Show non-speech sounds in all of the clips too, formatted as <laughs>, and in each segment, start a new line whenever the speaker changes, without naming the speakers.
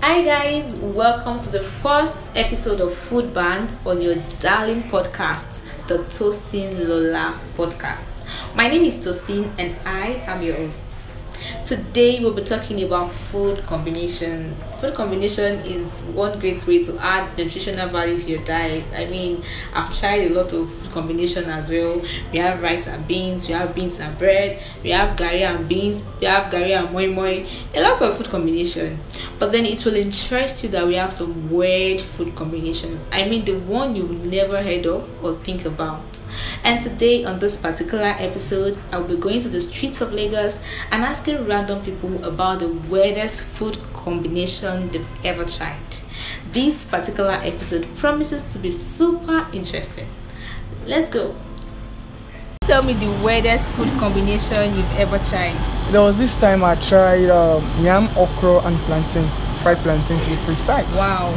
Hi guys, welcome to the first episode of Food Bands on your darling podcast, the Tosin Lola podcast. My name is Tosin and I am your host. Today we'll be talking about food combination. Food combination is one great way to add nutritional value to your diet. I mean, I've tried a lot of food combination as well. We have rice and beans, we have beans and bread, we have gari and beans, we have gari and moi moi. A lot of food combination. But then it will interest you that we have some weird food combination. I mean, the one you never heard of or think about. And today on this particular episode, I'll be going to the streets of Lagos and asking random people about the weirdest food combination they've ever tried. This particular episode promises to be super interesting. Let's go. Tell me the weirdest food combination you've ever tried.
There was this time I tried um, yam, okra, and plantain, fried plantain to be precise.
Wow.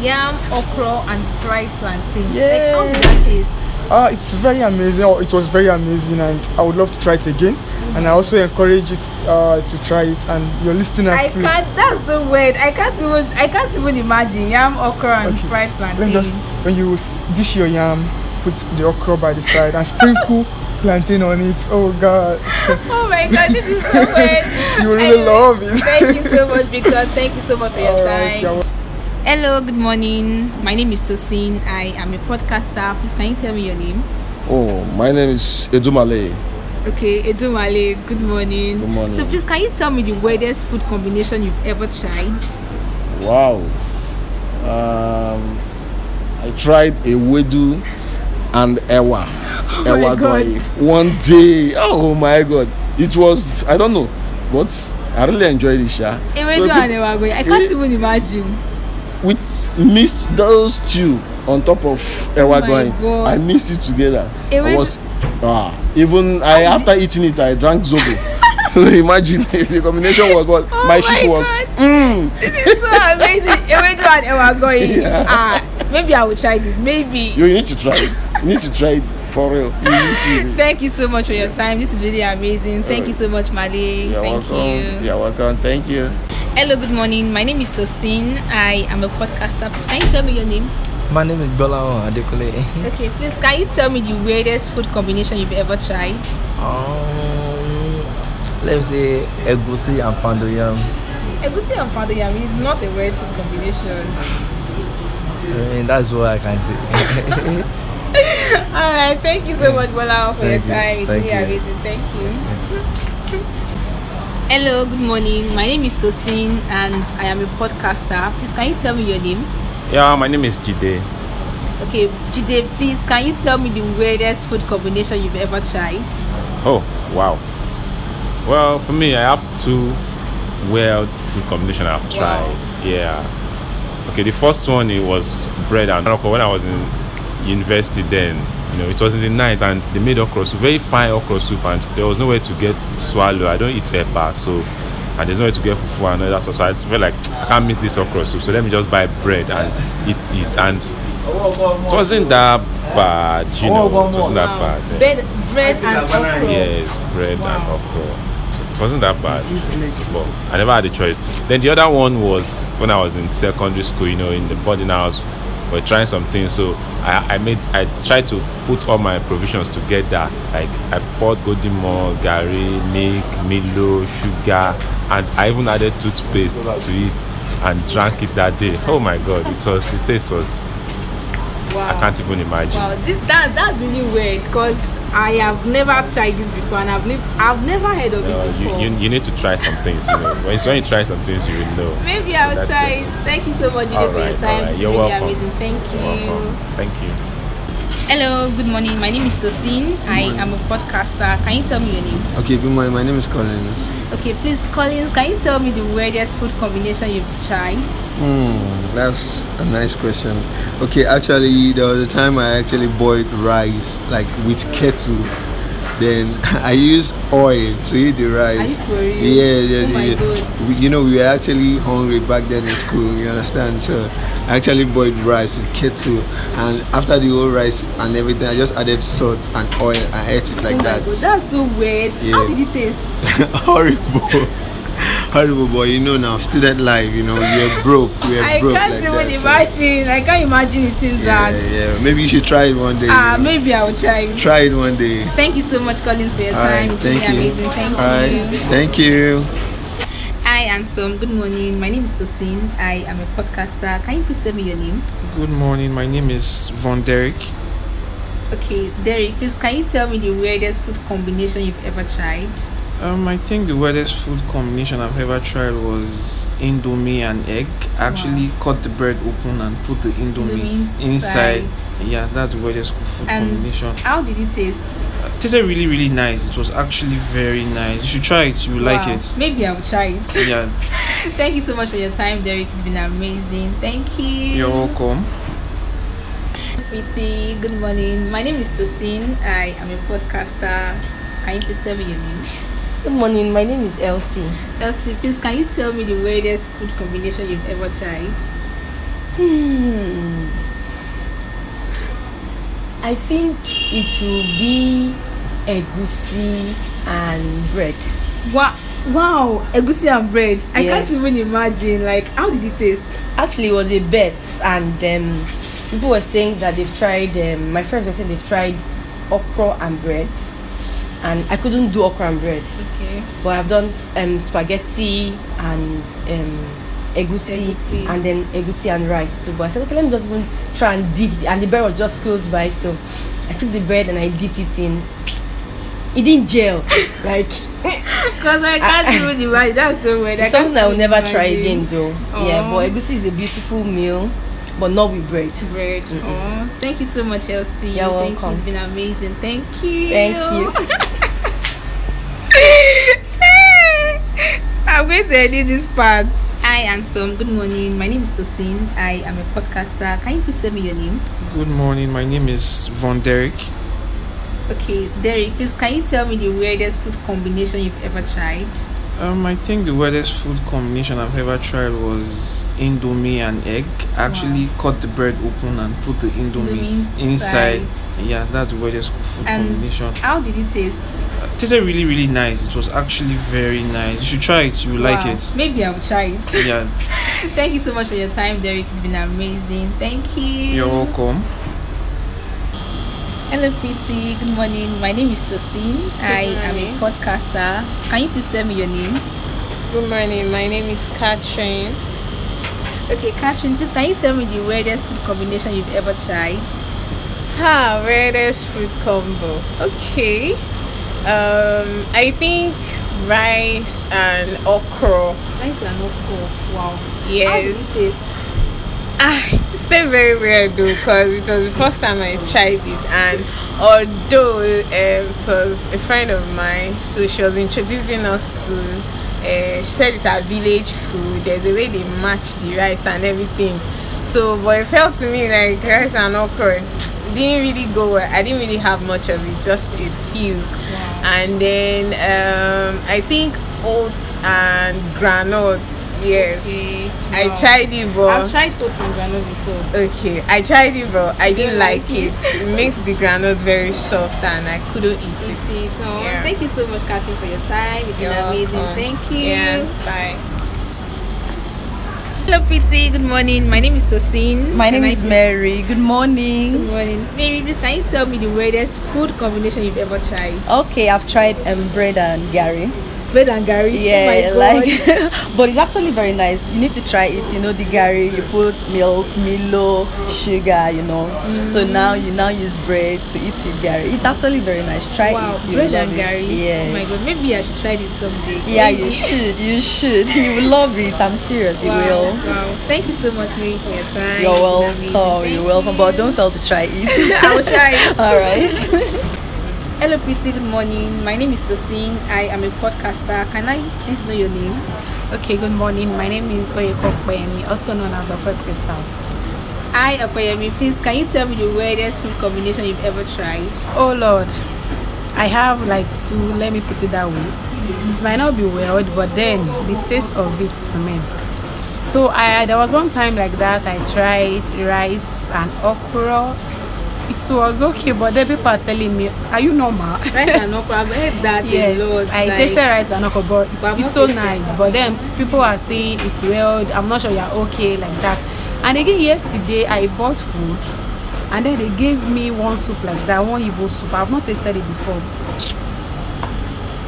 Yam, okra, and fried plantain. Like, how did that
Yes.
taste?
Uh, it's very amazing. Or it was very amazing, and I would love to try it again. And I also encourage you t- uh, to try it, and your listeners
I
too.
can't. That's so weird. I can't even. I can't even imagine yam, okra, and
Okay,
fried
Let
plantain.
me just when you s- dish your yam, put the okra by the side and sprinkle <laughs> plantain on it. Oh God,
Oh my god, this is
<laughs>
so weird.
you really
I-
love it.
Thank you so much, Victor. Thank you so much for your
<laughs> All
time.
right, yeah.
Hello, good morning. My name is Tosin. I am a podcaster. Please, can you tell me your name?
Oh, my name is Edumale.
Okay, Edumale. Good morning.
Good morning.
So, please, can you tell me the weirdest food combination you've ever tried?
Wow. Um, I tried a wedu and ewa.
Oh my God.
One day. Oh my god. It was I don't know, but I really enjoyed it, yeah.
Ewedu and ewagoyi. I
Eh?
can't even imagine.
with mixed those two on top of ewa
Oh my
going.
God.
I mixed it together.
Ewedu-
I was ah, even I after eating it I drank zobo. <laughs> so imagine <laughs> the combination was what
<laughs> Oh my
my shit was.
God.
Mm.
This is so <laughs> amazing. Ewedu and
<laughs>
ewagoyi. Ah, maybe I will try this. Maybe.
you need to try it you need to try it for real you need to
Thank you so much for your time. This is really amazing. Thank you so much, Mali.
you're
Thank
welcome
you.
you're welcome thank you
Hello, good morning. My name is Tosin. I am a podcaster. Please, can you tell me your name?
My name is Bolaon Adekule.
Hmm?
Okay, please, can you tell me the weirdest food combination you've ever tried?
Um, let me say egusi and pounded yam.
Egusi and pounded yam is not a weird food combination.
Eh, that's what I can say.
All right, thank you so much, Bola, for your
Thank you.
time. It's
Thank
really
you.
amazing. Thank you. Hello, good morning. My name is Tosin and I am a podcaster. Please, can you tell me your name?
Yeah, my name is Jide.
Okay, Jide, please can you tell me the weirdest food combination you've ever tried?
Oh, wow. Well, for me, I have two weird food combination I've tried. Yeah. Okay, the first one it was bread and okra. When I was in university, then you know it was in the night, and they made okra soup, very fine okra soup, and there was nowhere to get swallow. I don't eat eba, so and there's nowhere to get fufu and all that stuff. So I felt like I can't miss this okra soup, so let me just buy bread and eat it. And it wasn't that bad, you know. It wasn't that bad. yeah.
Um, Bread, bread and okra.
Yes, bread and
Wow.
okra. It wasn't that bad. But I never had a choice. Then the other one was when I was in secondary school, you know, in the boarding house, we are trying something. So I, I made I tried to put all my provisions together. Like I poured golden malt, gari, milk, Milo, sugar, and I even added toothpaste to it and drank it that day. Oh my god, it was the taste was
Wow.
I can't even imagine.
Wow, this, that that's really weird because I have never tried this before and I've, ne- I've never heard of
No,
it
Uh, you,
before.
you, you need to try some things, you know. when, it's when you try some things, you will know.
Maybe
So
I'll
that's
try. it.
just it.
Thank you so much, Jide,
All
for
right,
your
all
time.
right.
It's
You're
really
welcome.
amazing. Thank
You're
you.
welcome. Thank you.
Hello, good morning. My name is Tosin. I am a podcaster. Can you tell me your name?
Okay, good morning. My name is Collins.
Okay, please, Collins, can you tell me the weirdest food combination you've tried?
Hmm, that's a nice question. Okay, actually, there was a time I actually boiled rice like with kettle. Then <laughs> I used oil to eat the
Are you
rice.
for real?
Yeah, yeah,
Oh my
yeah.
God.
We, you know, we were actually hungry back then in school. You understand? So I actually boiled rice with kettle, and after the whole rice and everything, I just added salt and oil and ate it like
oh my
that.
God, that's so weird. How
<laughs>
Yeah.
did it taste?
horrible
horrible, but you know now, student life, you know, we're broke, we're
I
broke.
can't
like
even
that, so-
imagine. I can't imagine eating
Yeah,
that.
yeah. Maybe you should try it one day.
Ah,
you know.
maybe I'll try it.
Try it one day.
Thank you so much, Collins, for your
All
time.
right,
it's
thank
really
you.
amazing. Thank
All right,
you.
thank you.
Hi, Ansom. Good morning. My name is Tosin. I am a podcaster. Can you please tell me your name?
Good morning, my name is Von Derek.
Okay, Derek, please can you tell me the weirdest food combination you've ever tried?
Um, I think the weirdest food combination I've ever tried was indomie and egg. I actually cut the bread open and put the indomie inside. Yeah, that's the weirdest co- food
And-
combination.
How did it taste?
It tasted really, really nice. It was actually very nice. You should try it. You will like
Wow.
it.
Maybe I'll try it. <laughs>
Yeah,
Thank you so much for your time, Derek. It's been amazing. Thank you.
you're welcome.
Pretty, good morning. My name is Tosin. I am a podcaster. Can you please tell me your name?
Good morning, my name is Elsie.
Elsie, please can you tell me the weirdest food combination you've ever tried?
Hmm. I think it will be egusi and bread.
Wow, wow, egusi and bread. I can't
Yes.
even imagine. Like, how did it taste?
Actually, it was a bet, and um, people were saying that they've tried, um, my friends were saying they've tried okra and bread, and I couldn't do okra and bread,
Okay.
but I've done um, spaghetti and um, egusi,
Egusi.
and then egusi and rice too. But I said, okay, let me just even try and dip, and the bread was just close by, so I took the bread and I dipped it in. It didn't gel, <laughs> like
Because I can't even imagine. That's so weird.
it's
can't
something I will
even
never try
imagine.
again, though. Yeah,
Aw.
but egusi is a beautiful meal, but not with bread.
Bread. Oh, thank you so much, Elsie.
You're
Thank you.
welcome.
It's been amazing. Thank you.
Thank you.
<laughs> I'm going to edit this part. Hi, Ansom. Good morning. My name is Tosin. I am a podcaster. Can you please tell me your name?
Good morning, my name is Von Derek.
Okay, Derek, please can you tell me the weirdest food combination you've ever tried?
Um, I think the weirdest food combination I've ever tried was indomie and egg. I actually cut the bread open and put the indomie
Indomie
inside.
inside.
Yeah, that's the weirdest co- food
And-
combination.
How did it taste?
It tasted really, really nice. It was actually very nice. You should try it. You will like
Wow.
it.
Maybe I'll try it. <laughs>
Yeah,
Thank you so much for your time, Derek. It's been amazing. Thank you.
you're welcome.
Hello, Pretty. Good morning. My name is Tosin. I am a podcaster. Can you please tell me your name?
Good morning, my name is Katrin.
Okay, Catherine, please can you tell me the weirdest food combination you've ever tried?
Ha, weirdest food combo. Okay. Um, I think rice and okra.
Rice and okra. Wow.
Yes.
How did it taste?
Ah, it's still very weird though, because it was the first time I tried it, and although um, it was a friend of mine, so she was introducing us to. Uh, she said it's our village food. There's a way they match the rice and everything. So, but it felt to me like rice and okra it didn't really go well. I didn't really have much of it, just a few. And then um, I think oats and granules. Yes,
Okay.
I
Wow.
tried it, but
I've tried oats and granola before.
Okay, I tried it, but I didn't
Didn't
like
like
it. It makes the granola very soft, and I couldn't eat
Eat
it.
it. Oh,
Yeah.
Thank you so much, Catherine, for your time. It's
You're
been amazing.
welcome.
Thank you.
Yeah, bye.
Hello, Pretty. Good morning. My name is Tosin.
My
Can
name
I
is
please-
Mary. Good
Good
morning.
morning. Mary, please can you tell me the weirdest food combination you've ever tried?
Okay, I've tried um, bread and Gary.
Bread and Gary.
Yeah,
oh my God.
<laughs> like, but it's actually very nice. You need to try it. You know the Gary, you put milk, Milo, sugar. You know, so
Mm.
now you now use bread to eat your Gary. It's actually very nice. Try
Wow,
it. You
bread
will love
and
it.
Gary.
Yes.
Oh my god, maybe I should try this someday.
Yeah,
Maybe.
you should. You should. You will love it. I'm serious. You
Wow,
will.
wow. Thank you so much, Mary, for your time.
You're
It's been amazing.
welcome. You're
Thank
welcome. But
you.
don't fail to try it.
<laughs> I will try it.
<laughs> All right.
<laughs> Hello, Pretty. Good morning. My name is Tosin. I am a podcaster. Can I please know your name?
Okay, good morning. My name is Oyekokwemi, also known as Okwe Crystal.
Hi, Akoyemi. Please, can you tell me the weirdest food combination you've ever tried?
Oh Lord, I have like two. Let me put it that way. It might not be weird, but then the taste of it to me. So I there was one time like that. I tried rice and okra
it was okay, but the people are telling me, are you normal?
rice and okra i've heard that
<laughs>
Yes,
a lot
I
like,
tasted rice and okra, but it's,
But I've
it's so
not tasted
nice. But then people are saying it's well. I'm not sure you're okay like that. And again, yesterday I bought food, and then they gave me one soup like that, one Igbo soup. I've not tasted it before.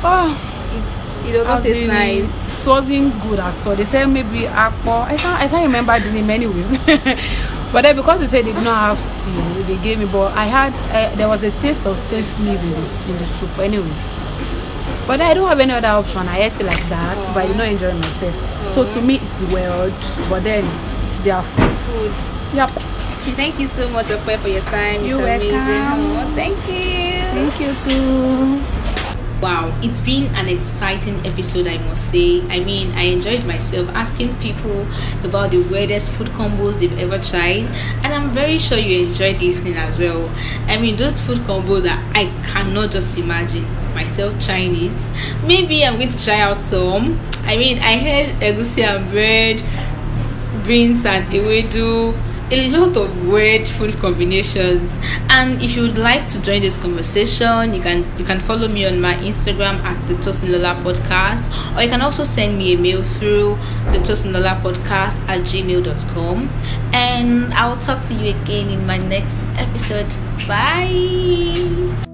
Oh,
it doesn't
as
taste
in,
nice
It wasn't good at all. They said maybe akpo. I can't. I can't remember the name anyways. <laughs> but then because they said they did not have stew, they gave me. But I had. Uh, there was a taste of safe meat in the s- in the soup. Anyways. But I don't have any other option. I ate it like that, but I did not enjoy myself. So to me, it's weird, but then it's their food.
food
Yep.
thank you so much Ope, for your time
You're
it's amazing
welcome.
Oh, thank you
Thank you too.
Wow, it's been an exciting episode, I must say. I mean, I enjoyed myself asking people about the weirdest food combos they've ever tried, and I'm very sure you enjoyed listening as well. I mean, those food combos are, I cannot just imagine myself trying it. Maybe I'm going to try out some. I mean, I heard egusi and bread, beans and ewedu a lot of weird food combinations and if you would like to join this conversation you can you can follow me on my instagram at the Tosin Lola podcast or you can also send me a mail through the Tosin Lola podcast at gmail.com and i'll talk to you again in my next episode bye